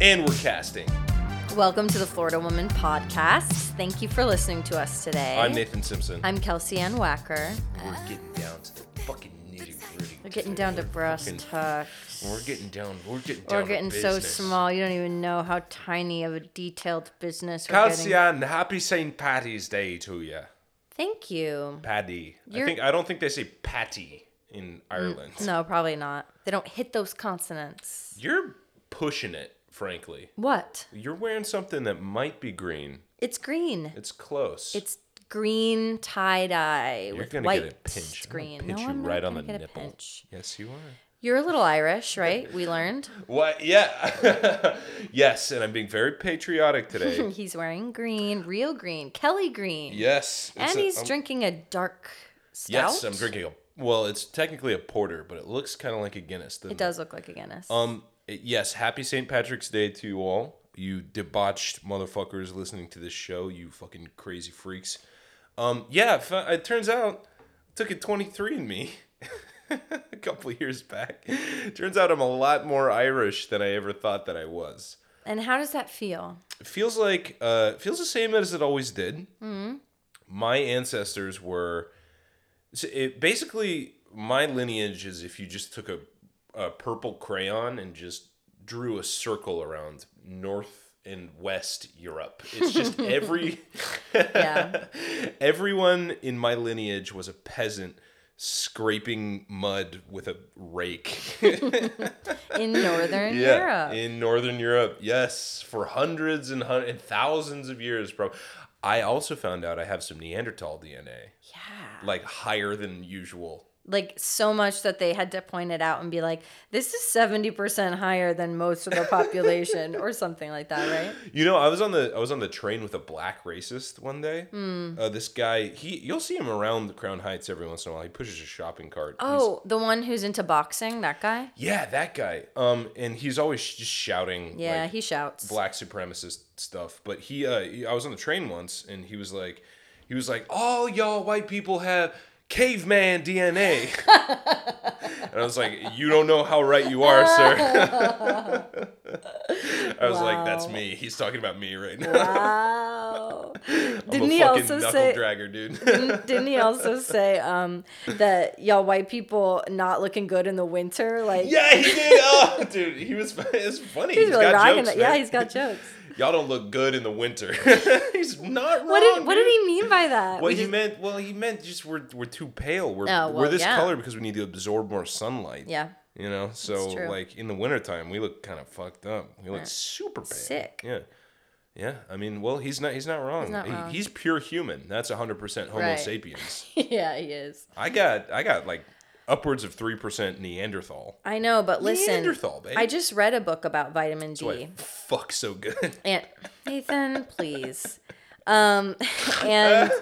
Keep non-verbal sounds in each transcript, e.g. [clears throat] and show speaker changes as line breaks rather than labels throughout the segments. And we're casting.
Welcome to the Florida Woman Podcast. Thank you for listening to us today.
I'm Nathan Simpson.
I'm Kelsey Ann Wacker.
we're getting down to the fucking nitty gritty.
We're getting down to brass tacks.
We're getting down. We're getting down.
We're
to
getting so
business.
small, you don't even know how tiny of a detailed business we're
Kelsey
getting.
Ann, happy St. Patty's Day to you,
Thank you.
Paddy. I
You're-
think I don't think they say patty in Ireland.
No, probably not. They don't hit those consonants.
You're pushing it, frankly.
What?
You're wearing something that might be green.
It's green.
It's close.
It's green tie dye
You're
with
gonna
white
get a pinch. I'm gonna
screen.
pinch
no,
you
I'm not
right on
gonna
the
get
nipple.
A pinch.
yes, you are.
You're a little
[laughs]
Irish, right? We learned. [clears throat]
What? Yeah. [laughs] yes, and I'm being very patriotic
[laughs]
today.
He's wearing green, real green, Kelly green.
yes. it's
And
a-
he's
I'm-
drinking a dark stout.
Yes, I'm drinking a. Well, it's technically a porter, but it looks kind of like a Guinness. doesn't
It does look like a Guinness.
Um. it- Yes. Happy St. Patrick's Day to you all. You debauched motherfuckers listening to this show. You fucking crazy freaks. Um. Yeah. I fo- It turns out I took a 23 in me [laughs] a couple of years back. turns out I'm a lot more Irish than I ever thought that I was.
and how does
[laughs]
that feel?
It feels like uh, it feels the same as it always did. My ancestors were so it, basically my lineage is if you just took a, a purple crayon and just drew a circle around North and West Europe. It's just every
Yeah.
[laughs] everyone in my lineage was a peasant scraping mud with a rake.
In Northern Europe.
In Northern Europe, yes, for hundreds and, hun- and thousands of years, bro. I also found out I have some Neanderthal DNA,
yeah.
like higher than usual.
Like so much that they had to point it out and be like, this is 70% higher than most of the
[laughs]
population or something like that, right?
You know, I was on the I was on the train with a black racist one day.
Mm.
Uh, this guy, he you'll see him around Crown Heights every once in a while. He pushes a shopping cart. He's-
Oh, the one who's into boxing, that guy?
yeah, that guy. Um, and he's always just shouting.
Yeah,
like,
he shouts.
black supremacist stuff. But he, uh, he- I was on the train once, and he was like, he was like, all y'all white people have caveman
[laughs]
DNA. and I was like, you don't know how right you are, sir. [laughs] I was like, that's
Wow.
me. He's talking about me right now.
Wow.
[laughs] I'm
Didn't
a
he
fucking
also
knuckle
say Mm-hmm.
dragger, dude.
Didn't, [laughs] didn't
[laughs]
he also say um, that y'all white people not looking good in the winter? Like
yeah, he did. Oh, dude, he was. It's funny.
he's, really
got
rocking
jokes,
it. Yeah,
man. [laughs]
he's got jokes.
Y'all don't look good in the winter. [laughs] he's not wrong.
What did what
Oh, dude.
did he mean by that?
Well,
We
he
just-
meant well. He meant just we're we're too pale. We're
Oh,
we're
well,
this
yeah.
color because we need to absorb more sunlight.
yeah,
You know, so
true.
like in the wintertime, we look kind of fucked up. We look super pale.
sick.
Yeah. Yeah, I mean, well, he's not—he's not wrong.
not
He-
wrong.
he's pure human. That's 100% Homo
Right.
sapiens.
[laughs] yeah, he is.
I got—I got like upwards of three percent Neanderthal.
I know, but listen,
Neanderthal, eh? babe.
I just read a book about vitamin
That's
D.
why I fuck so good.
[laughs] And Nathan, please. Um, [laughs]
[laughs]
and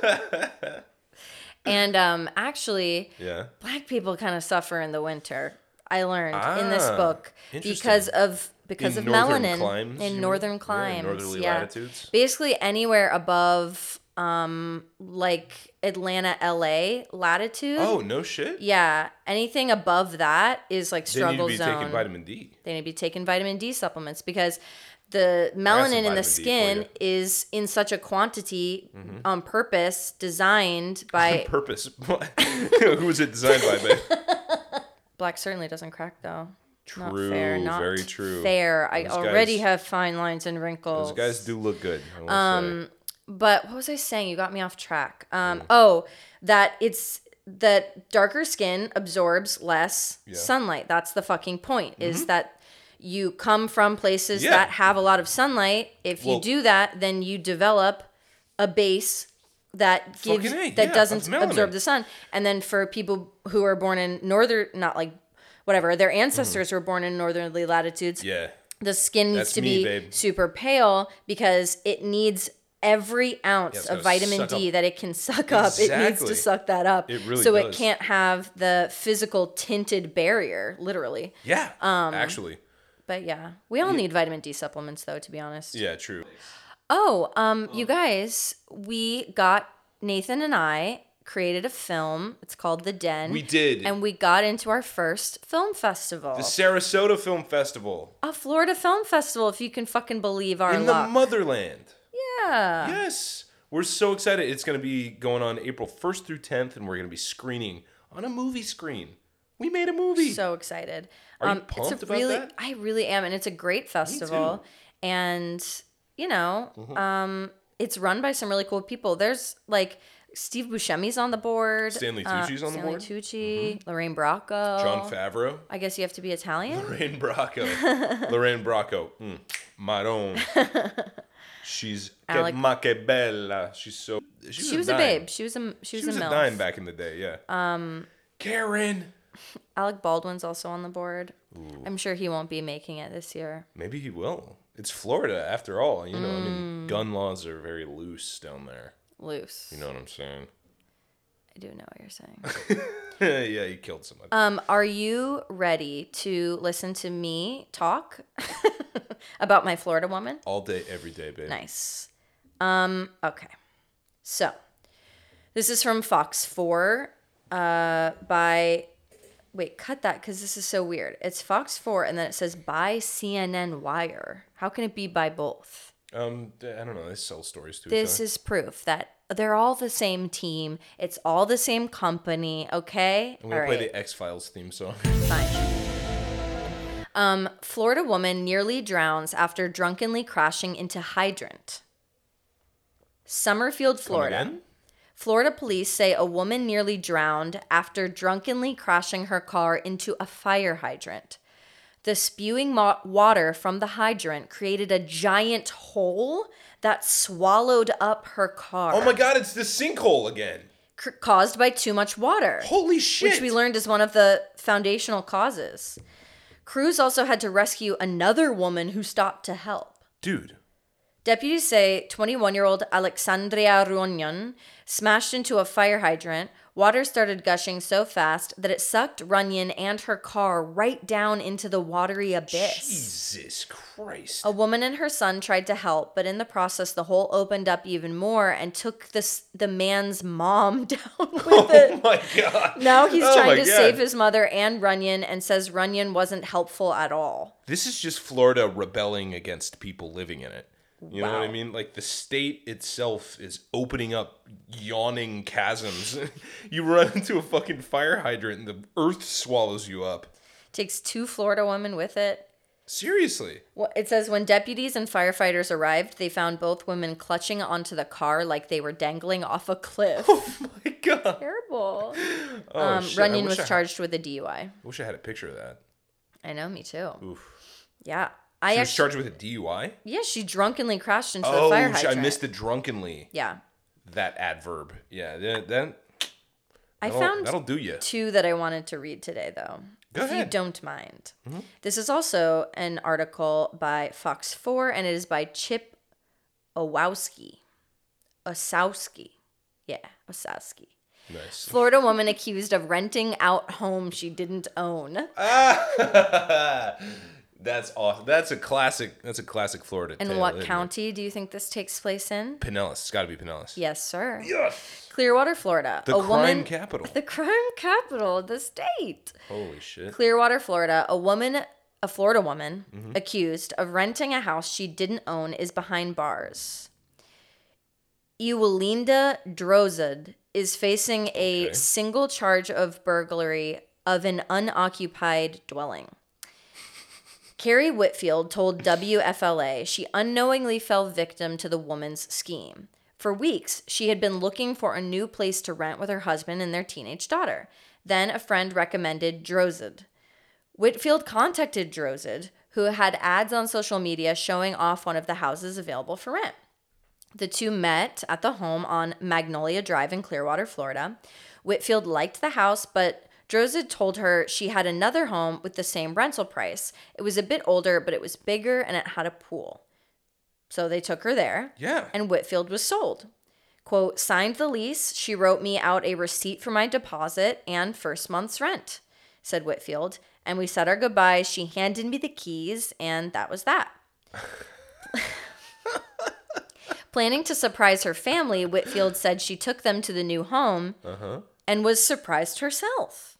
and um, actually,
yeah.
black people kind of suffer in the winter. I learned in this
Ah,
book because
interesting.
of because
In
of
northern
melanin
climes, you
in
mean?
northern
Yeah, in
climes,
northerly
yeah.
latitudes.
Basically anywhere above um like Atlanta, LA latitude.
Oh no shit.
Yeah, anything above that is like
They need to
struggle
be
zone.
taking vitamin D.
they need to be taking vitamin D supplements because the
some
melanin
vitamin
in
D
the
for
skin
you. Mm-hmm.
is in such a quantity on purpose designed
[laughs]
by [laughs]
Purpose. Who was it designed by, babe?
black certainly doesn't crack though. Not
True,
fair, not
very true.
Fair. I
Those
already
guys-
have fine lines and wrinkles.
Those guys do look good. I will um,
but what was I saying? You got me off track. Um, Oh, that it's that darker skin absorbs less sunlight. That's the fucking point. Is that you come from places
Mm-hmm. Yeah.
that have a lot of sunlight. If
Well-
you do that, then you develop a base that gives
Fucking A,
that
yeah, of
doesn't
melanin.
absorb the sun. And then for people who are born in northern, not like whatever, their
Mm.
ancestors were born in northerly latitudes
yeah.
the skin needs
That's
to
me,
be
babe.
super pale because it needs every ounce
it's
of
gotta suck
vitamin D
up-
that it can suck up. It needs
Exactly.
to suck that up.
It really
so it
does.
can't have the physical tinted barrier, literally.
Yeah. Um, actually.
But yeah, we all need vitamin D supplements though, to be honest.
Yeah, Oh. true.
Oh, um, you guys, we got Nathan and I created a film. It's called The Den.
We did.
And we got into our first film festival.
the Sarasota Film Festival
a Florida film festival, if you can fucking believe our
in
luck. Uh.
the motherland.
yeah.
Yes. We're so excited. It's going to be going on April 1st through 10th, and we're going to be screening on a movie screen. We made a movie.
So excited. Um,
Are you
it's
pumped
a
about
really,
that?
I really am, and it's a great festival. And you know,
Mm-hmm.
um, it's run by some really cool people. There's like Steve Buscemi's on the board. uh,
Stanley Tucci's on the board. Mm-hmm.
Stanley Tucci, Lorraine Bracco.
John Favreau, [laughs]
I guess you have to be Italian.
Lorraine
[laughs]
Bracco. Lorraine Bracco. Mm. Maron. She's
Alec-
que ma que bella. She's so. She was,
She was a
dime.
babe. She was a she was
She was
a
a
milf.
dime back in the day, yeah. Um, Karen.
Alec Baldwin's also on the board. I'm sure he won't be making it this year.
Maybe he will. It's Florida after all. You know, I
Hmm.
mean, gun laws are very loose down there.
Loose.
You know what I'm
[laughs]
saying?
I do know what
[laughs]
you're saying.
yeah, he killed somebody.
Um, are you ready to listen to me talk [laughs] about my Florida woman?
all day, every day, babe.
Nice. Um, okay. So, this is from Fox 4 uh, by. Wait, cut that because this is so weird. It's Fox 4 and then it says by CNN Wire. How can it be by both?
Um, d- I don't know. They sell stories to
This
each
is proof that they're all the same team. It's all the same company, okay?
other. I'm gonna play the X Files theme
[laughs]
song.
Fine. Um, Florida woman nearly drowns after drunkenly crashing into hydrant. Summerfield, Florida.
Again?
Florida police say a woman nearly drowned after drunkenly crashing her car into a fire hydrant. The spewing mo- water from the hydrant created a giant hole that swallowed up her car,
Oh my God! It's the sinkhole again.
c- caused by too much water
Holy shit!
which we learned is one of the foundational causes. Crews also had to rescue another woman who stopped to help.
Dude,
Deputies say 21 year old Alexandria Runyon smashed into a fire hydrant. Water started gushing so fast that it sucked Runyon and her car right down into the watery abyss.
Jesus Christ!
A woman and her son tried to help, but in the process, the hole opened up even more and took this, the man's mom [laughs] down with it.
Oh my God!
Now he's
Oh my
trying to
God.
save his mother and Runyon and says Runyon wasn't helpful at all.
This is just Florida rebelling against people living in it. You know what I
Wow.
mean? Like the state itself is opening up yawning chasms. [laughs] you run into a fucking fire hydrant and the earth swallows you up.
Takes two Florida women with it.
Seriously. [laughs]
Wh- It says when deputies and firefighters arrived, they found both women clutching onto the car like they were dangling off
[laughs]
a cliff.
Oh my God.
Terrible.
Oh,
Um,
shit. I
Runyon
wish
was
I had-
charged with a DUI.
I wish I had a picture of that.
I know, me too.
Oof.
Yeah. I
She was
actually,
charged with a DUI.
yeah, she drunkenly crashed into
Oh,
the fire
sh- I
hydrant.
missed the drunkenly
Yeah.
that adverb. Yeah, that, that
I
Oh, that'll,
found
that'll do you.
two that I wanted to read today, though.
Go
if you
ahead. Mm-hmm.
don't mind. This is also an article by Fox 4, and it is by Chip Owowski. Osowski. Yeah, Osowski.
Nice.
Florida woman accused of renting out home she didn't own.
Ah, [laughs] that's awesome. That's a classic. That's a classic Florida.
And
tale,
what
isn't it?
county do you think this takes place in?
Pinellas. It's got to be Pinellas.
Yes, sir.
Yes.
Clearwater, Florida.
The
a
crime
woman,
capital.
[laughs] The crime capital of the state.
Holy shit. Mm-hmm.
Clearwater, Florida, a woman, a Florida woman, accused of renting a house she didn't own is behind bars. Ewelinda Drozad is facing a
Okay.
single charge of burglary of an unoccupied dwelling. Carrie Whitfield told WFLA she unknowingly fell victim to the woman's scheme. For weeks, she had been looking for a new place to rent with her husband and their teenage daughter. Then a friend recommended Drozd. Whitfield contacted Drozd, who had ads on social media showing off one of the houses available for rent. The two met at the home on Magnolia Drive in Clearwater, Florida. Whitfield liked the house, but Drozd told her she had another home with the same rental price. It was a bit older, but it was bigger and it had a pool. So they took her there
Yeah.
and Whitfield was sold. Quote, signed the lease. She wrote me out a receipt for my deposit and first month's rent, said Whitfield. And we said our goodbyes. She handed me the keys, and that was that. Planning to surprise her family, Whitfield said she took them to the new home and was surprised herself.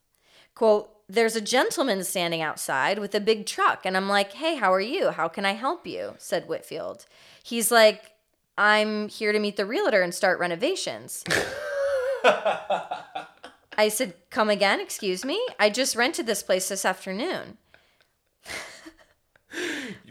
Quote, there's a gentleman standing outside with a big truck, and I'm like, hey, how are you? How can I help you? said Whitfield. He's like, I'm here to meet the realtor and start renovations. I said, come again, excuse me? I just rented this place this afternoon.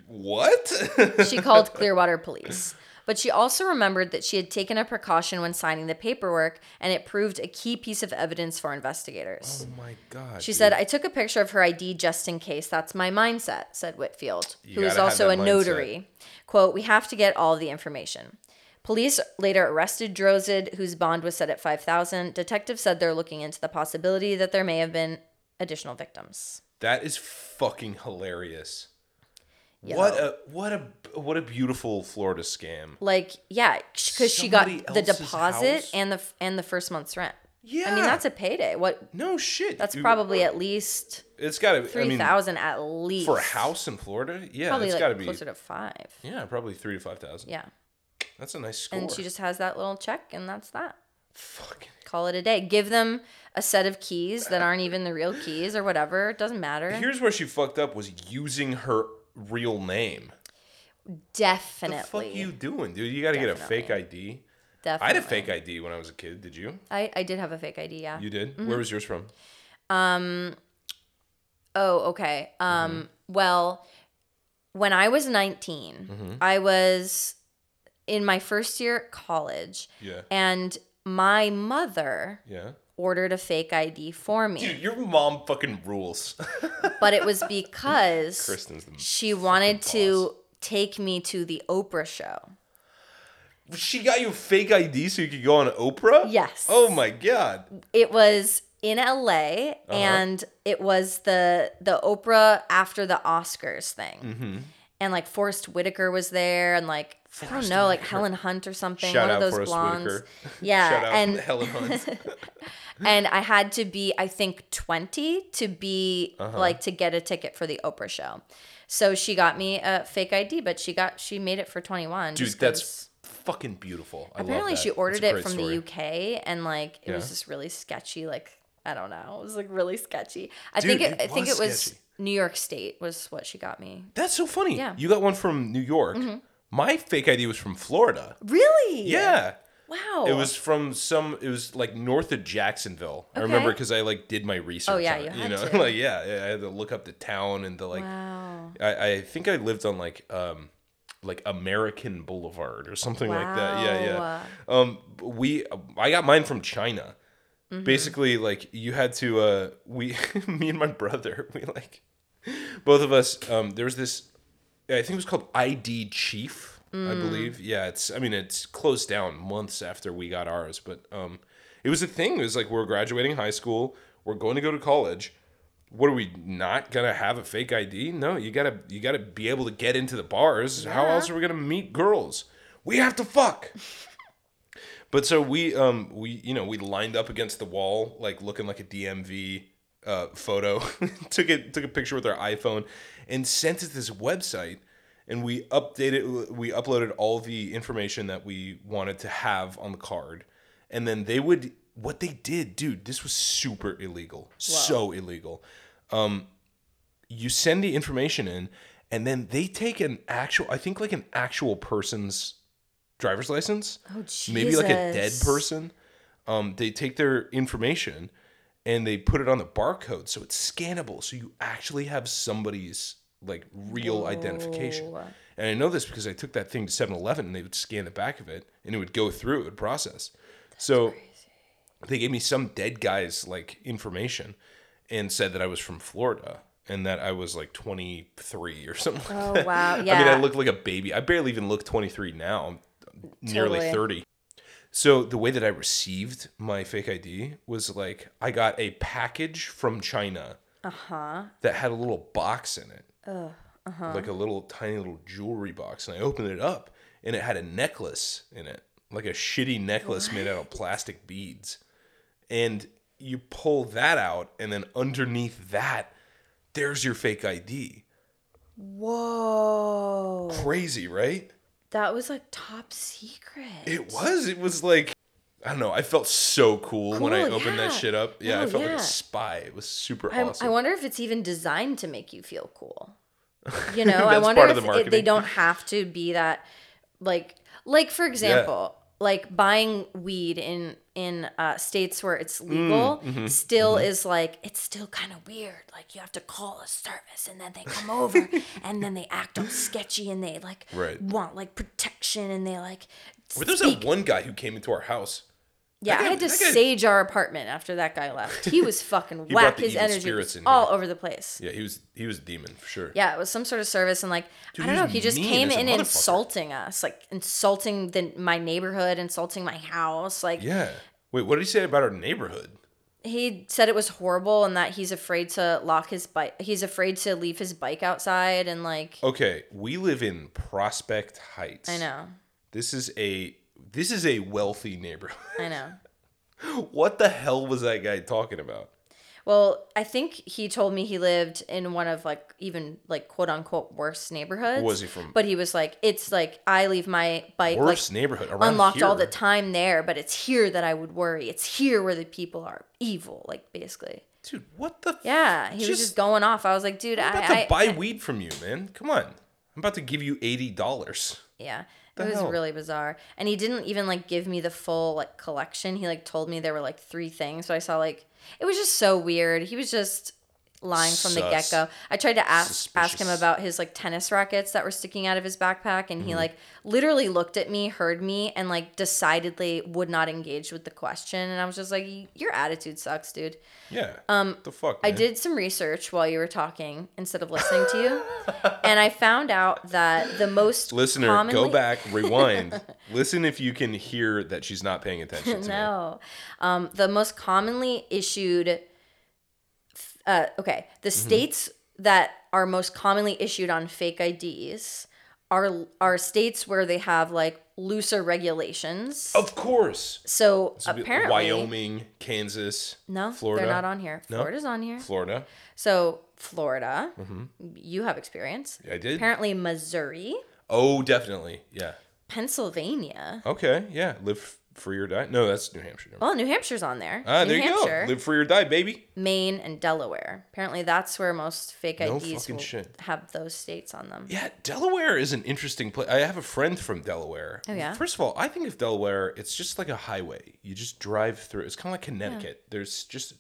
What? [laughs]
She called Clearwater police. But she also remembered that she had taken a precaution when signing the paperwork, and it proved a key piece of evidence for investigators.
oh my god.
She
dude.
said, I took a picture of her ID just in case. That's my mindset, said Whitfield,
You
who is
gotta have
also a
that mindset.
notary. Quote, We have to get all the information. Police later arrested Drozd, whose bond was set at 5000 Detectives said they're looking into the possibility that there may have been additional victims.
that is fucking hilarious. What a what a what a beautiful Florida scam.
Like, yeah, because she got
Somebody
the
else's
deposit
house?
and the and the first month's rent.
Yeah.
I mean, that's a payday. What?
No shit.
That's
dude.
probably at least
It's got to be I
three
mean
thousand at least
for a house in Florida. Yeah,
Probably
it's
like
got to be
closer to five.
Yeah, probably 3 to 5,000.
Yeah,
That's a nice score.
and she just has that little check, and that's that.
fucking
Call it a day. Give them a set of keys that aren't even the real keys or whatever. It doesn't matter.
Here's where she fucked up was using her real name.
definitely,
What the fuck you doing, dude? You got to get a
Definitely.
fake ID.
definitely.
I had a fake ID when I was a kid. Did you?
I, I did have a fake ID. Yeah.
You did? Where was yours from?
Oh, okay. Um,
Mm-hmm.
well, when I was 19, I was in my first year at college
Yeah.
and my mother
Yeah.
ordered a fake ID for me,
Dude, your mom fucking rules. [laughs]
but it was because
Kristen's the.
she wanted to
boss.
take me to the Oprah show.
She got you a fake ID so you could go on Oprah?
Yes.
Oh my god.
It was in LA
Uh-huh.
and it was the the Oprah after the Oscars thing.
Mm-hmm.
And like Forrest Whitaker was there and like I don't
Forrest
know, like
Whitaker.
Helen Hunt or something,
Shout
one
out
of those
Forrest
blondes.
Whitaker. [laughs]
Yeah,
Shout out [laughs]
Uh, and
Helen Hunt.
and I had to be I think 20 to be
Uh-huh.
like to get a ticket for the Oprah show. So she got me a fake ID, but she got she made it for 21.
Dude,
[laughs] just
that's
'cause-
fucking beautiful. I love
apparently
that.
she
That's a
ordered it
great
from
story.
the UK and like it
Yeah.
was just really sketchy like I don't know. It was like really sketchy. I
Dude,
think
it
it, I think
was
it was
sketchy.
New York State was what she got me.
That's so funny.
Yeah. Mm-hmm.
You got one from New York. My fake ID was from Florida.
Really?
Yeah.
Wow.
It was from some. It was like north of Jacksonville. I remember
Okay. Oh,
because I like did my research.
yeah,
on it,
you
you
had
know,
to.
[laughs] like yeah, yeah, I had to look up the town and the like.
Wow.
I, I think I lived on like um like American Boulevard or something like that. Yeah, yeah. Um, we I got mine from China.
Mm-hmm.
Basically, like you had to uh we [laughs] me and my brother [laughs] we like both of us um there was this I think it was called ID Chief I believe yeah it's I mean it's closed down months after we got ours but um it was a thing it was like we're graduating high school we're going to go to college what are we not gonna have a fake ID? No, you gotta you gotta be able to get into the bars. How else are we gonna meet girls? We have to fuck. but so we um we you know we lined up against the wall like looking like a DMV uh, photo. [laughs] took it took a picture with our iPhone and sent it to this website. And we updated we uploaded all the information that we wanted to have on the card. And then they would what they did, dude. This was super illegal. So illegal Um, you send the information in and then they take an actual i think like an actual person's driver's license
Oh Jesus.
maybe like a dead person um, they take their information and they put it on the barcode so it's scannable so you actually have somebody's like real identification
Whoa.
and i know this because i took that thing to 7-eleven and they would scan the back of it and it would go through it would process so they gave me some dead guy's like information and said that I was from Florida and that I was like 23 or something. like
Oh
that.
wow.
[laughs]
Yeah.
I mean, I looked like a baby. I barely even look 23 now. I'm nearly
Totally.
30. So the way that I received my fake ID was like I got a package from China
uh-huh.
that had a little box in it. Like a little tiny little jewelry box. And I opened it up and it had a necklace in it, like a shitty necklace made out of plastic beads. And you pull that out, and then underneath that, there's your fake ID.
Whoa. Oh.
Crazy, right?
That was like top secret.
It was. It was like I don't know. I felt so cool, when I
Cool,
opened that
yeah.
shit up. Yeah, I
No,
felt like
yeah.
a spy. It was super
I,
awesome.
I wonder if it's even designed to make you feel
[laughs]
cool. You know, I
That's
wonder
part of
if
the
it, they
marketing.
don't have to be that like like for example, like buying weed in in uh, states where it's
Mm,
legal
mm-hmm,
still is like it's still kind of weird. Like you have to call a service and then they
[laughs]
come over and then they act all sketchy and they like
Right.
want like protection and they like
But there's
speak
that one guy who came into our house.
yeah,
That
I
guy-
had to
that guy-
sage our apartment after that guy left. He was
[laughs]
fucking
brought
whack.
the
His
evil
energy
spirits
was
in
all
here.
over the place. Yeah.
Yeah, he was he was a demon for sure.
it was some sort of service, and like I don't
he
know,
was
he just
mean
came
as a
in
motherfucker.
insulting us, like insulting the, my neighborhood, insulting my house. Like
Yeah. Wait, what did he say about our neighborhood?
he said it was horrible, and that he's afraid to lock his bike. He's afraid to leave his bike outside, and like
Okay, we live in Prospect Heights.
I know,
This is a this is a wealthy neighborhood. [laughs]
I know.
what the hell was that guy talking about?
Well, I think he told me he lived in one of like even like quote unquote worst neighborhoods.
Was he from-
But he was like, it's like I leave my bike like
Worst neighborhood around
unlocked all the
here.
time there, but it's here that I would worry. It's here where the people are evil, like basically.
Dude, what the
Yeah, he was just going off. I was like, dude,
I'm about
I,
to
I
buy weed from you, man. Come on. I'm about to give you eighty dollars.
yeah.
The
It was
hell?
really bizarre. And he didn't even like give me the full like collection. He like told me there were like three things. So I saw like it was just so weird. He was just lying from the
Sus.
get-go. I tried to ask ask him
Suspicious. Mm-hmm.
about his like tennis rackets that were sticking out of his backpack and he like literally looked at me, heard me and like decidedly would not engage with the question and I was just like your attitude sucks, dude.
Yeah. Um the fuck.
I
man?
did some research while you were talking instead of listening to you, and I found out that the most
Listener, go
commonly- [laughs]
back, rewind. Listen if you can hear that she's not paying attention to me.
No, um, the most commonly issued. Uh, okay, the
Mm-hmm.
states that are most commonly issued on fake IDs are are states where they have like looser regulations.
Of course.
so
So we-
apparently,
Wyoming, Kansas,
No,
Florida.
they're not on here.
No?
Florida's on here.
Florida.
So Florida,
Mm-hmm.
you have experience.
I did.
Apparently, Missouri.
Oh, definitely. Yeah.
Pennsylvania.
Okay. Yeah. Live f- free or die. No, that's New Hampshire.
Well, New Hampshire's on there.
Ah,
Oh, New
there
Hampshire,
you go. Live free or die, baby.
Maine, and Delaware. Apparently, that's where most fake
No
IDs
fucking
will
shit.
have those states on them.
Yeah, Delaware is an interesting place. I have a friend from Delaware. Oh
yeah?
First of all, I think of Delaware, it's just like a highway. You just drive through. It's kind of like Connecticut. There's just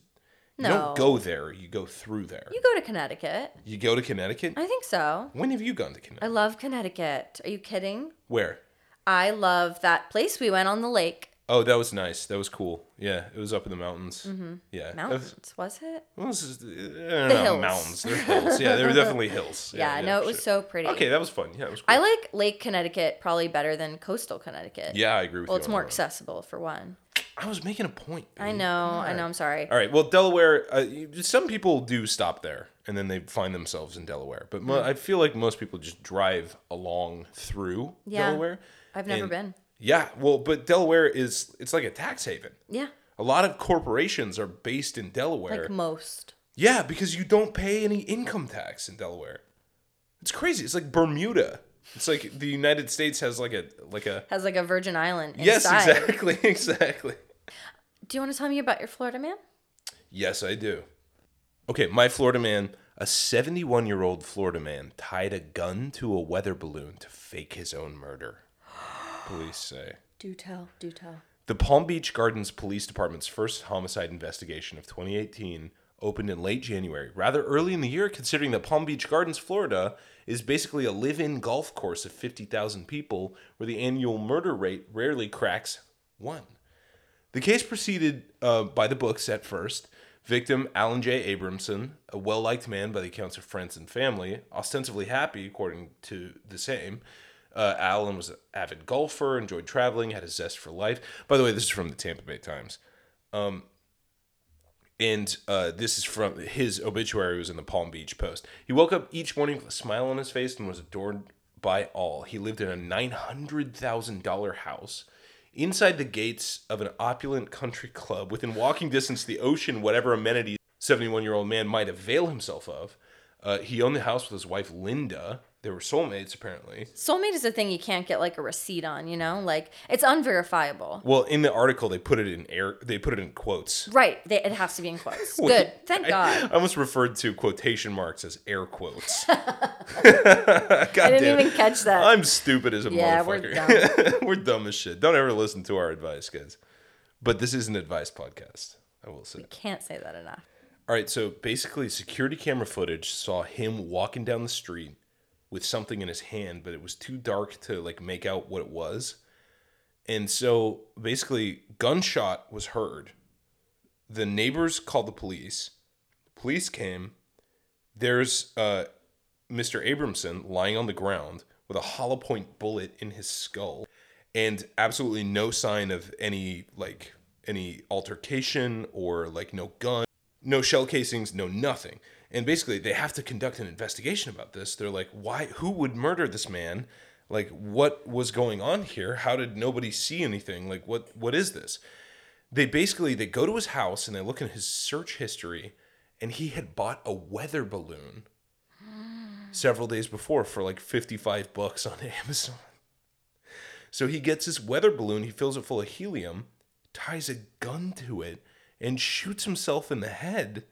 you
No.
don't go there. You go through there.
You go to Connecticut.
You go to Connecticut.
I think so.
When have you gone to
I
Connecticut?
love Connecticut. Are you kidding?
Where?
I love that place we went on the lake.
Oh, that was nice. That was cool. Yeah, it was up in the mountains. Mm-hmm. Yeah, That was-
Mountains, was it?
Well, this is, the
hills.
mountains. They're hills. Yeah, they were definitely hills.
[laughs] Yeah, no,
for
it was
sure.
so pretty.
Okay, that was fun. Yeah, it was. Cool.
I like Lake Connecticut probably better than coastal Connecticut.
yeah, I agree with you. Mm-hmm.
Well, it's
on
more
that one.
accessible for one.
I was making a point.
I
babe.
know. I know. I'm sorry.
All right. Well, Delaware. Uh, you- some people do stop there, and then they find themselves in Delaware. But
Hmm.
mo- I feel like most people just drive along through
Yeah.
Delaware.
I've never
and-
been.
Yeah. Well, but Delaware is it's like a tax haven.
Yeah,
A lot of corporations are based in Delaware.
like most.
Yeah, because you don't pay any income tax in Delaware. It's crazy. It's like Bermuda. It's like the United States has like a like a
Has like a Virgin Island inside.
Yes, exactly, [laughs] exactly.
Do you want to tell me about your Florida man?
Yes, I do. Okay, my Florida man, a 71-year-old Florida man tied a gun to a weather balloon to fake his own murder. Police say.
Do tell. Do tell.
The Palm Beach Gardens Police Department's first homicide investigation of 2018 opened in late January, rather early in the year, considering that Palm Beach Gardens, Florida, is basically a live in golf course of 50,000 people where the annual murder rate rarely cracks one. The case proceeded uh, by the books at first. Victim Alan J. Abramson, a well liked man by the accounts of friends and family, ostensibly happy, according to the same. Uh, Alan was an avid golfer, enjoyed traveling, had a zest for life. By the way, this is from the Tampa Bay Times. And uh, this is from his obituary was in the Palm Beach Post. He woke up each morning with a smile on his face and was adored by all. He lived in a nine hundred thousand dollar house inside the gates of an opulent country club, within walking distance to the ocean, whatever amenities seventy one year old man might avail himself of. Uh, he owned the house with his wife Linda. They were soulmates, apparently.
Soulmate is a thing you can't get like a receipt on, you know? Like it's unverifiable.
Well, in the article, they put it in air. They put it in quotes.
Right. They, it has to be in [laughs] quotes.
Wait,
Good. Thank
I-
God.
I almost referred to quotation marks as air
[laughs]
quotes. [laughs]
I didn't even catch that.
I'm stupid as a
Yeah, we're
motherfucker. [laughs] we're dumb as shit. Don't ever listen to our advice, guys. But this is an advice podcast. I will say.
can't say that enough.
All right, so basically, security camera footage saw him walking down the street with something in his hand, but it was too dark to like make out what it was. And so basically, gunshot was heard. The neighbors called the police. Police came. There's uh, Mr. Abramson lying on the ground with a hollow point bullet in his skull, and absolutely no sign of any like any altercation or like no gun no shell casings, no nothing. And basically, they have to conduct an investigation about this. They're like, why? Who would murder this man? Like, what was going on here? How did nobody see anything? Like, what? What is this? They basically they go to his house and they look in his search history, and he had bought a weather balloon several days before for like fifty five bucks on [laughs] Amazon. So he gets this weather balloon, he fills it full of helium, ties a gun to it, and shoots himself in the head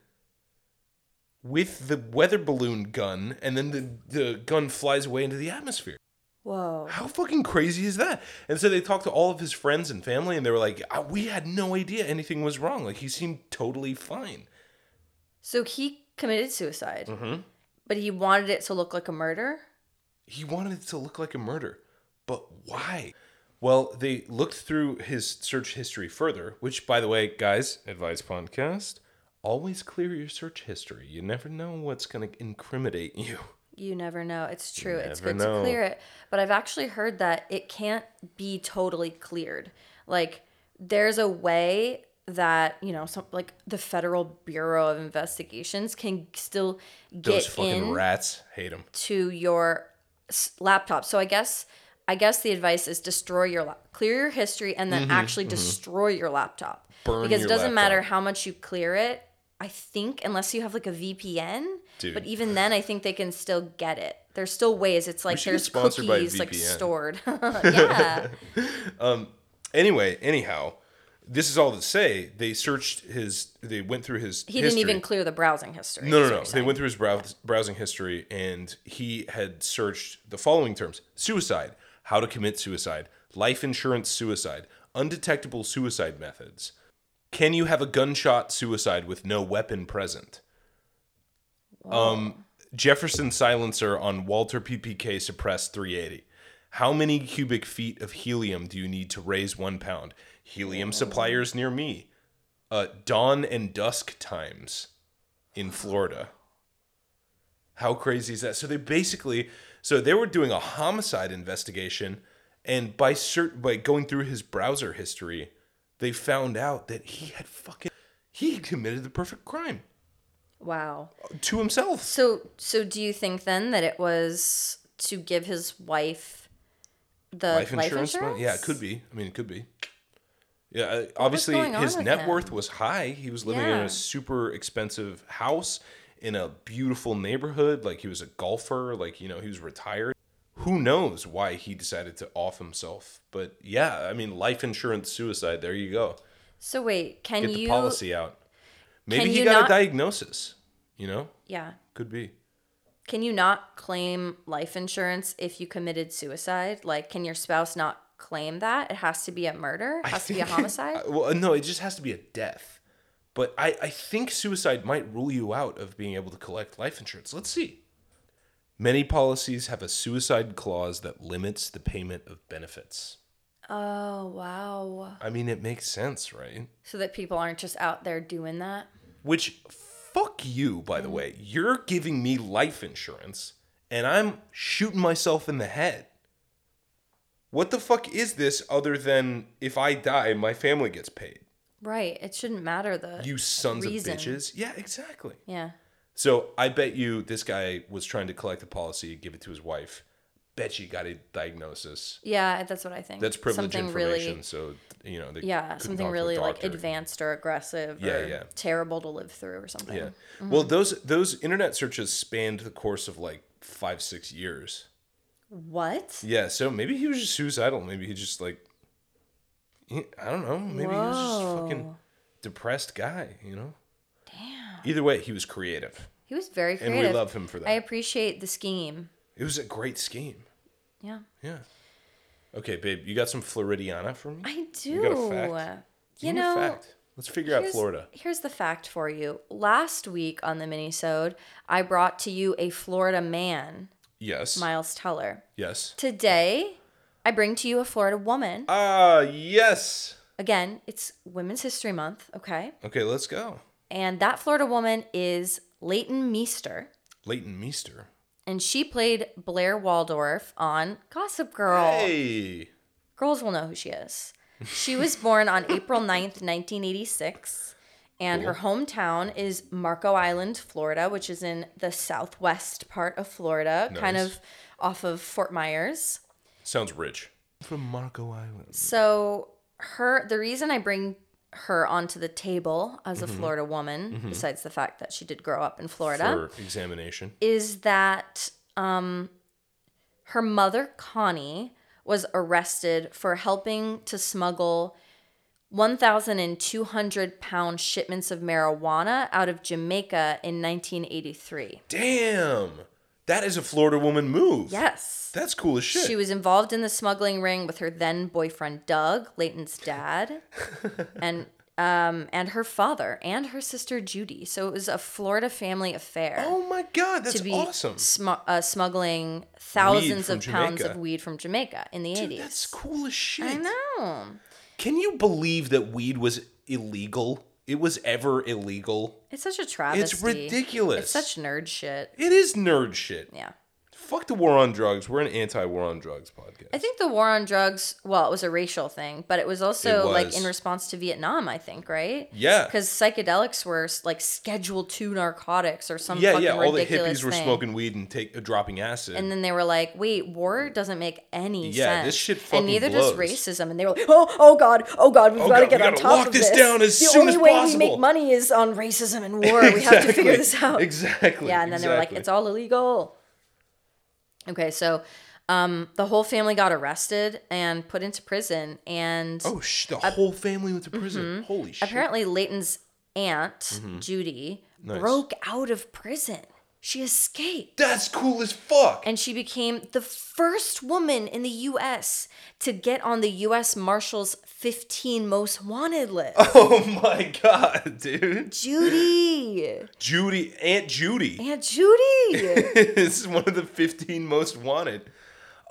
with the weather balloon gun, and then the, the gun flies away into the atmosphere.
Whoa.
How fucking crazy is that? And so they talked to all of his friends and family, and they were like, "Ah, we had no idea anything was wrong. Like, he seemed totally fine.
So he committed suicide, but he wanted it to look like a murder.
He wanted it to look like a murder. But why? Well, they looked through his search history further, which, by the way, guys, advice podcast always clear your search history. You never know what's going to incriminate you. [laughs]
You never know. It's true. it's
never
good
know.
to clear it. But I've actually heard that it can't be totally cleared. Like there's a way that, you know, some like the Federal Bureau of Investigations can still get
Those fucking
in
rats hate him.
to your s- laptop. So I guess I guess the advice is destroy your lap, clear your history, and then actually destroy your laptop
Mm-hmm, Burn
because
your
it doesn't
laptop.
matter how much you clear it. I think unless you have like a VPN,
Dude.
but even then, I think they can still get it. There's still ways. It's like
should get
there's
sponsored by
cookies like
VPN. [laughs]
stored. [laughs] yeah,
Anyway, anyhow, this is all to say they searched his, they went through his.
he didn't
history.
even clear the browsing history.
No,
is
no, no.
what
They
you're
went through his browse, browsing history and he had searched the following terms suicide, how to commit suicide, life insurance suicide, undetectable suicide methods. Can you have a gunshot suicide with no weapon present? Um, Jefferson silencer on Walter PPK suppressed 380. How many cubic feet of helium do you need to raise one pound? Helium suppliers near me. Uh, dawn and dusk times in Florida. How crazy is that? So they basically, so they were doing a homicide investigation, and by cert, by going through his browser history, they found out that he had fucking he had committed the perfect crime
Wow.
to himself.
So so do you think then that it was to give his wife the life insurance?
money? Yeah, it could be. I mean, it could be. Yeah, uh, obviously
going on
his
with
net
him?
worth was high. He was living in
Yeah.
a super expensive house in a beautiful neighborhood. Like he was a golfer. Like you know he was retired. Who knows why he decided to off himself? But yeah, I mean, life insurance suicide. There you go.
So wait, can
Get the
you
policy out. Maybe
can
he
you
got a
not-
diagnosis. You know,
Yeah.
could be.
Can you not claim life insurance if you committed suicide? Like can your spouse not claim that? It has to be a murder? It
I
has to be a
think-
homicide?
I- well, no, it just has to be a death. But I, I think suicide might rule you out of being able to collect life insurance. Let's see. Many policies have a suicide clause that limits the payment of benefits.
oh, wow.
I mean, it makes sense, right?
So that people aren't just out there doing that.
Which, fuck you, by the way. You're giving me life insurance and I'm shooting myself in the head. What the fuck is this other than if I die, my family gets paid?
Right. It shouldn't matter the
You sons
reason.
of bitches. Yeah, exactly.
Yeah.
So I bet you this guy was trying to collect the policy, give it to his wife, bet you got a diagnosis.
Yeah, that's what I think.
That's privileged
Something
information.
Really,
so you know, they
yeah,
couldn't
something
talk to a
really like
doctor.
advanced or aggressive
Yeah,
or
yeah.
terrible to live through or something.
Yeah. Well, those those internet searches spanned the course of like five six years.
What?
Yeah. So maybe he was just suicidal. Maybe he just like, he- I don't know. Maybe he was just a fucking
Whoa.
depressed guy. You know.
Damn.
Either way, he was creative,
He was very
and
creative.
we love him for that.
I appreciate the scheme.
It was a great scheme.
Yeah.
Yeah. Okay, babe, you got some Floridiana for me?
I do.
got a fact?
You
Give me a
know,
fact. let's figure out
here's-
Florida.
Here's the fact for you. Last week on the minisode, I brought to you a Florida man,
Yes.
Miles Teller.
yes.
Today, I bring to you a Florida woman.
Ah, yes.
Again, it's Women's History Month, okay?
Okay, let's go.
And that Florida woman is Leighton Meester,
Leighton Meester.
and she played Blair Waldorf on Gossip Girl.
Hey.
Girls will know who she is. She was born on April 9th, 1986, and her hometown is Marco Island, Florida, which is in the southwest part of Florida, kind
Nice.
of off of Fort Myers.
Sounds rich. From Marco Island.
So, her the reason I bring her onto the table as a Florida woman, besides the fact that she did grow up in Florida,
For examination.
is that um, her mother, Connie, was arrested for helping to smuggle 1,200 pound shipments of marijuana out of Jamaica in 1983.
Damn. That is a Florida woman move.
Yes.
That's cool as shit.
She was involved in the smuggling ring with her then boyfriend, Doug, Leighton's dad, and um, and her father and her sister Judy. So it was a Florida family affair.
oh my god, that's
to be
awesome.
sm- uh, smuggling thousands
from
of pounds
Jamaica.
of weed from Jamaica in the
Dude,
80s.
that's cool as shit.
I know.
Can you believe that weed was illegal? It was ever illegal.
It's such a travesty.
ridiculous.
It's such nerd shit.
It is nerd shit.
Yeah.
Fuck the war on drugs. We're an anti-war on drugs
I
podcast.
think the war on drugs, well, it was a racial thing, but it was also
It
like
was.
in response to Vietnam, I think, right?
Yeah.
Because psychedelics were like Schedule Two narcotics or some
Yeah,
fucking
yeah. All the
ridiculous
hippies were
thing.
smoking weed and take uh, dropping acid. [laughs]
And then they were like, "Wait, war doesn't make any
Yeah,
sense."
this shit
And
fucking
neither does
blows.
racism. And they were like, "Oh, oh god, oh god, we've
God,
got to
we
get on
gotta
top
lock
of
this down as
the
soon
only
as
way we
possible."
make money is on racism and war. We have to figure this out."
Exactly.
Yeah, and then they were like,
exactly.
"It's all illegal." Okay, so um, the whole family got arrested and put into prison, and
Oh sh! The whole family went to prison.
Mm-hmm.
Holy shit!
apparently Leighton's aunt
Mm-hmm.
Judy broke out of prison. She escaped.
That's cool as fuck.
and she became the first woman in the US to get on the US Marshal's 15 most wanted list.
[laughs] [laughs] oh my god, dude!
Judy.
Judy, Aunt Judy.
Aunt
[laughs]
Judy.
this is one of the 15 most wanted.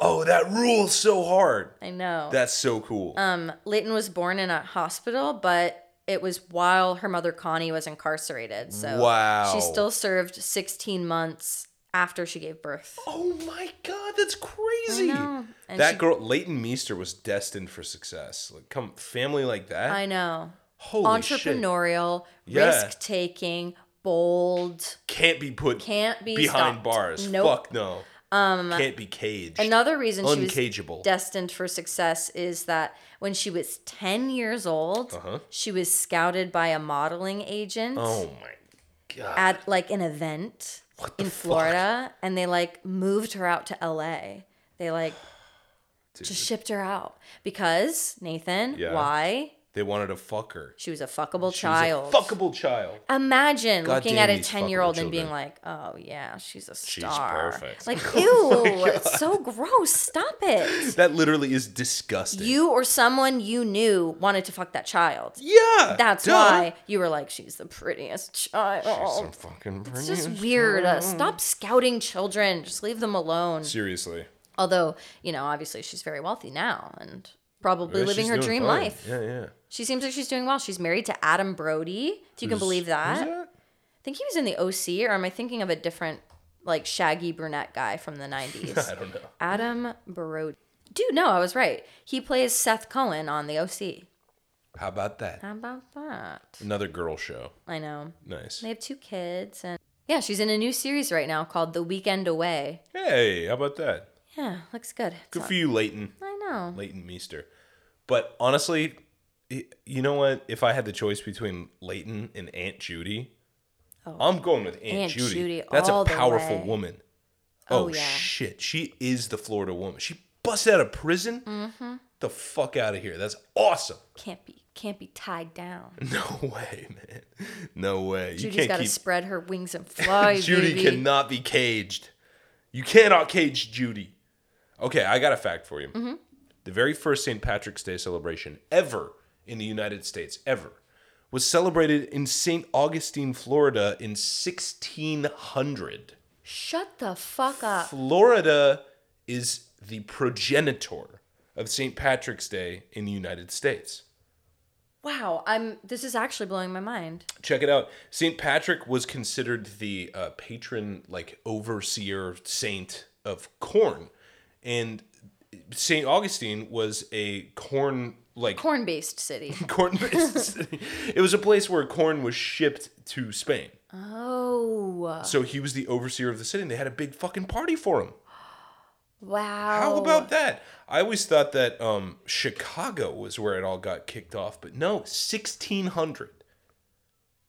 Oh, that rules so hard.
I know.
That's so cool.
um, Leighton was born in a hospital, but it was while her mother Connie was incarcerated. So
Wow.
she still served 16 months after she gave birth.
Oh my god, that's crazy.
know, and
That
she-
girl Leighton Meester was destined for success. Like come family like that.
I know.
Holy shit.
Entrepreneurial,
Yeah.
risk taking, bold.
Can't be put
Can't be
behind
stopped.
bars.
Nope.
Fuck no. Um can't be caged.
Another reason she was
Uncageable.
destined for success is that when she was 10 years old,
Uh-huh.
she was scouted by a modeling agent
oh my god.
at like an event
What the
in
fuck?
Florida and they like moved her out to LA. They like
[gasps] Dude.
just shipped her out because Nathan,
Yeah.
why?
they wanted to fuck her.
She was a fuckable
She was a
child.
fuckable child.
Imagine
God
looking
damn
at a
these
10 year old
fuckable
and being
children.
like, oh, yeah, she's a star.
perfect. [laughs] Oh
Like, ew, it's so gross. Stop it.
That literally is disgusting.
you or someone you knew wanted to fuck that child.
yeah.
That's
duh.
why you were like, she's the prettiest
She's
child.
some fucking
it's just weird. Uh, stop scouting children. Just leave them alone.
Seriously.
Although, you know, obviously she's very wealthy now and probably
Yeah,
living
she's
her
doing
dream
fine.
life.
Yeah, yeah.
She seems like she's doing well. She's married to Adam Brody. If you can believe that. I think he was in the OC, or am I thinking of a different, like, shaggy brunette guy from the
[laughs]
90s?
I don't know.
Adam Brody. Dude, no, I was right. He plays Seth Cohen on the OC.
How about that?
How about that?
Another girl show.
I know.
Nice.
They have two kids and yeah, she's in a new series right now called The Weekend Away.
Hey, how about that?
Yeah, looks good. It's
Good
on-
for you, Leighton.
I know.
Leighton Meester. But honestly, y- you know what? If I had the choice between Leighton and Aunt Judy, I'm going with Aunt,
Oh. Aunt
Judy.
Judy
That's
all
a
the
powerful
way.
woman.
Oh,
Oh,
yeah.
shit. She is the Florida woman. She busts out of prison.
Mm-hmm.
The fuck out of here. That's awesome. [laughs]
Can't be can't be tied down.
No way, man. No way. You
Judy's got
can't
to
keep
spread her wings
[laughs]
and fly,
Judy
baby.
cannot be caged. You cannot cage Judy. Okay, I got a fact for you. The very first St. Patrick's Day celebration ever in the United States, ever, was celebrated in St. Augustine, Florida in 1600.
Shut the fuck up.
Florida is the progenitor of St. Patrick's Day in the United States.
Wow, I'm. This is actually blowing my mind.
check it out st patrick was considered the uh, patron like overseer saint of corn and st augustine was a corn like
Corn based
[laughs]
city.
corn it was a place where corn was shipped to spain
Oh
so he was the overseer of the city and they had a big fucking party for him
wow.
how about that i always thought that um chicago was where it all got kicked off but no 1600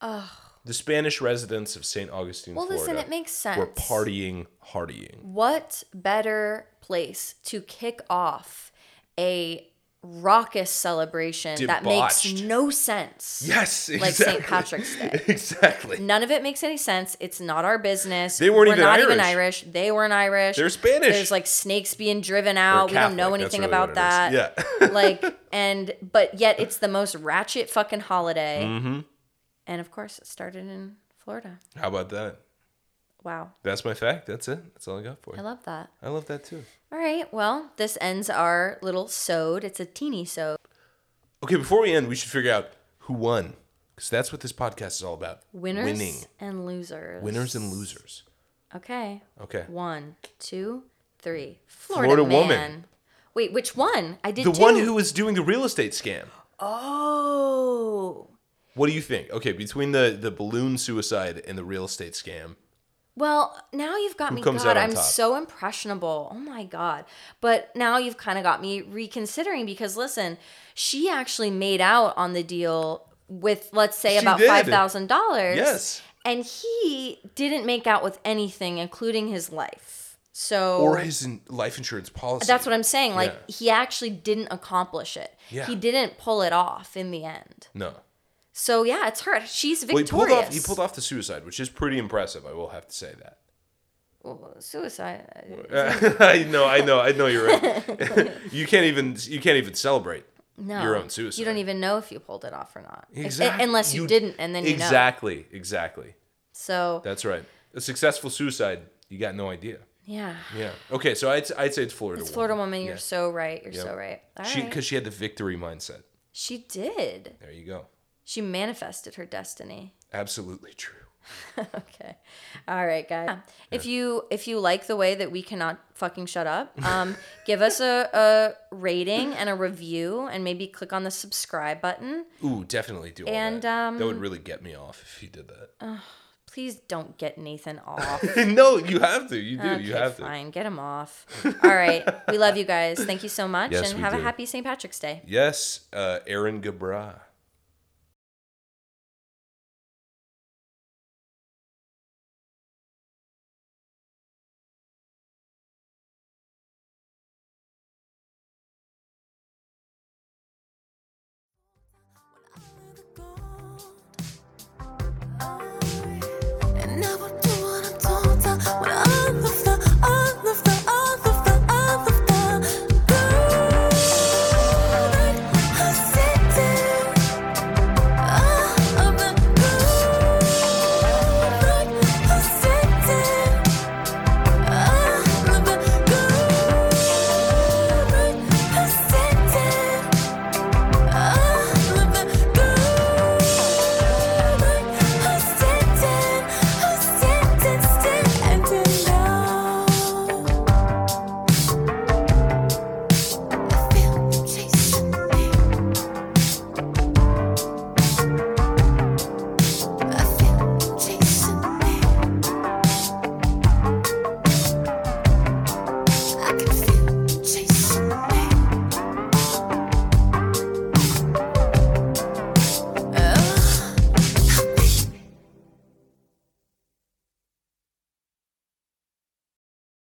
Oh.
the spanish residents of st augustine
Well,
Florida.
listen, it makes sense.
We're partying, hardying.
What better place to kick off a raucous celebration that makes
Debauched.
no sense?
Yes, exactly.
Like St.
[laughs]
Patrick's Day.
exactly.
None of it makes any sense. It's not our business.
They weren't
We're
even
not even Irish.
Irish.
They weren't Irish.
They're Spanish.
There's like snakes being driven
They're
out. We don't know
Catholic,
anything
that's really
about
what it
that.
is. Yeah.
[laughs] like and but yet it's the most ratchet fucking holiday
Mm-hmm.
and of course it started in florida
[laughs] How about that?
wow
That's my fact. That's it. That's all I got for
i
you.
love that
I love that too.
all right well this ends our little sewed it's a teeny sewed
Okay, before we end, we should figure out who won because that's what this podcast is all about.
winners
Winning.
and losers
Winners and losers.
okay
Okay.
one two three florida,
Florida
man.
woman.
wait which one i did
The
two.
one who was doing the real estate scam.
oh
What do you think? Okay, between the, the balloon suicide and the real estate scam,
Well, now you've got me.
comes
God,
out on
I'm
top?
so impressionable. Oh my God. But now you've kind of got me reconsidering because listen, she actually made out on the deal with, let's say,
She
about
did.
$5,000.
Yes.
And he didn't make out with anything, including his life. So.
or his in- life insurance policy.
that's what I'm saying. Like,
Yeah.
he actually didn't accomplish it.
Yeah.
He didn't pull it off in the end.
No.
So, yeah, it's her. She's
Well, he
victorious.
pulled off. He pulled off the suicide, which is pretty impressive. I will have to say that.
Well, suicide.
[laughs]
uh,
I know, I know, I know. You're right.
[laughs]
you can't even you can't even celebrate
No.
your own suicide.
You don't even know if you pulled it off or not. If-
Exact-
unless you, didn't, and then you know.
exactly, exactly.
So,
That's right. A successful suicide, you got no idea.
yeah.
Yeah. Okay, so I'd, I'd say it's Florida.
It's Florida woman. You're
Yeah.
so right. You're so
Yep.
right. All right.
She
she,
because she had the victory mindset.
did.
There you go.
She manifested her destiny.
Absolutely true.
[laughs] Okay. All right, guys. If you if you like the way that we cannot fucking shut
[laughs]
up, um, give us a, a rating and a review, and maybe click on the subscribe button.
Ooh, definitely do. All
And,
that. that would
um,
really get me off if you did that.
Please don't get
[laughs]
Nathan off.
no, you have to. You do.
Okay,
you have to.
fine. Get him off. All right. We love you guys. Thank you so much,
Yes,
and
we
have a
do.
happy St. Patrick's Day.
Yes, uh, Aaron Gabra.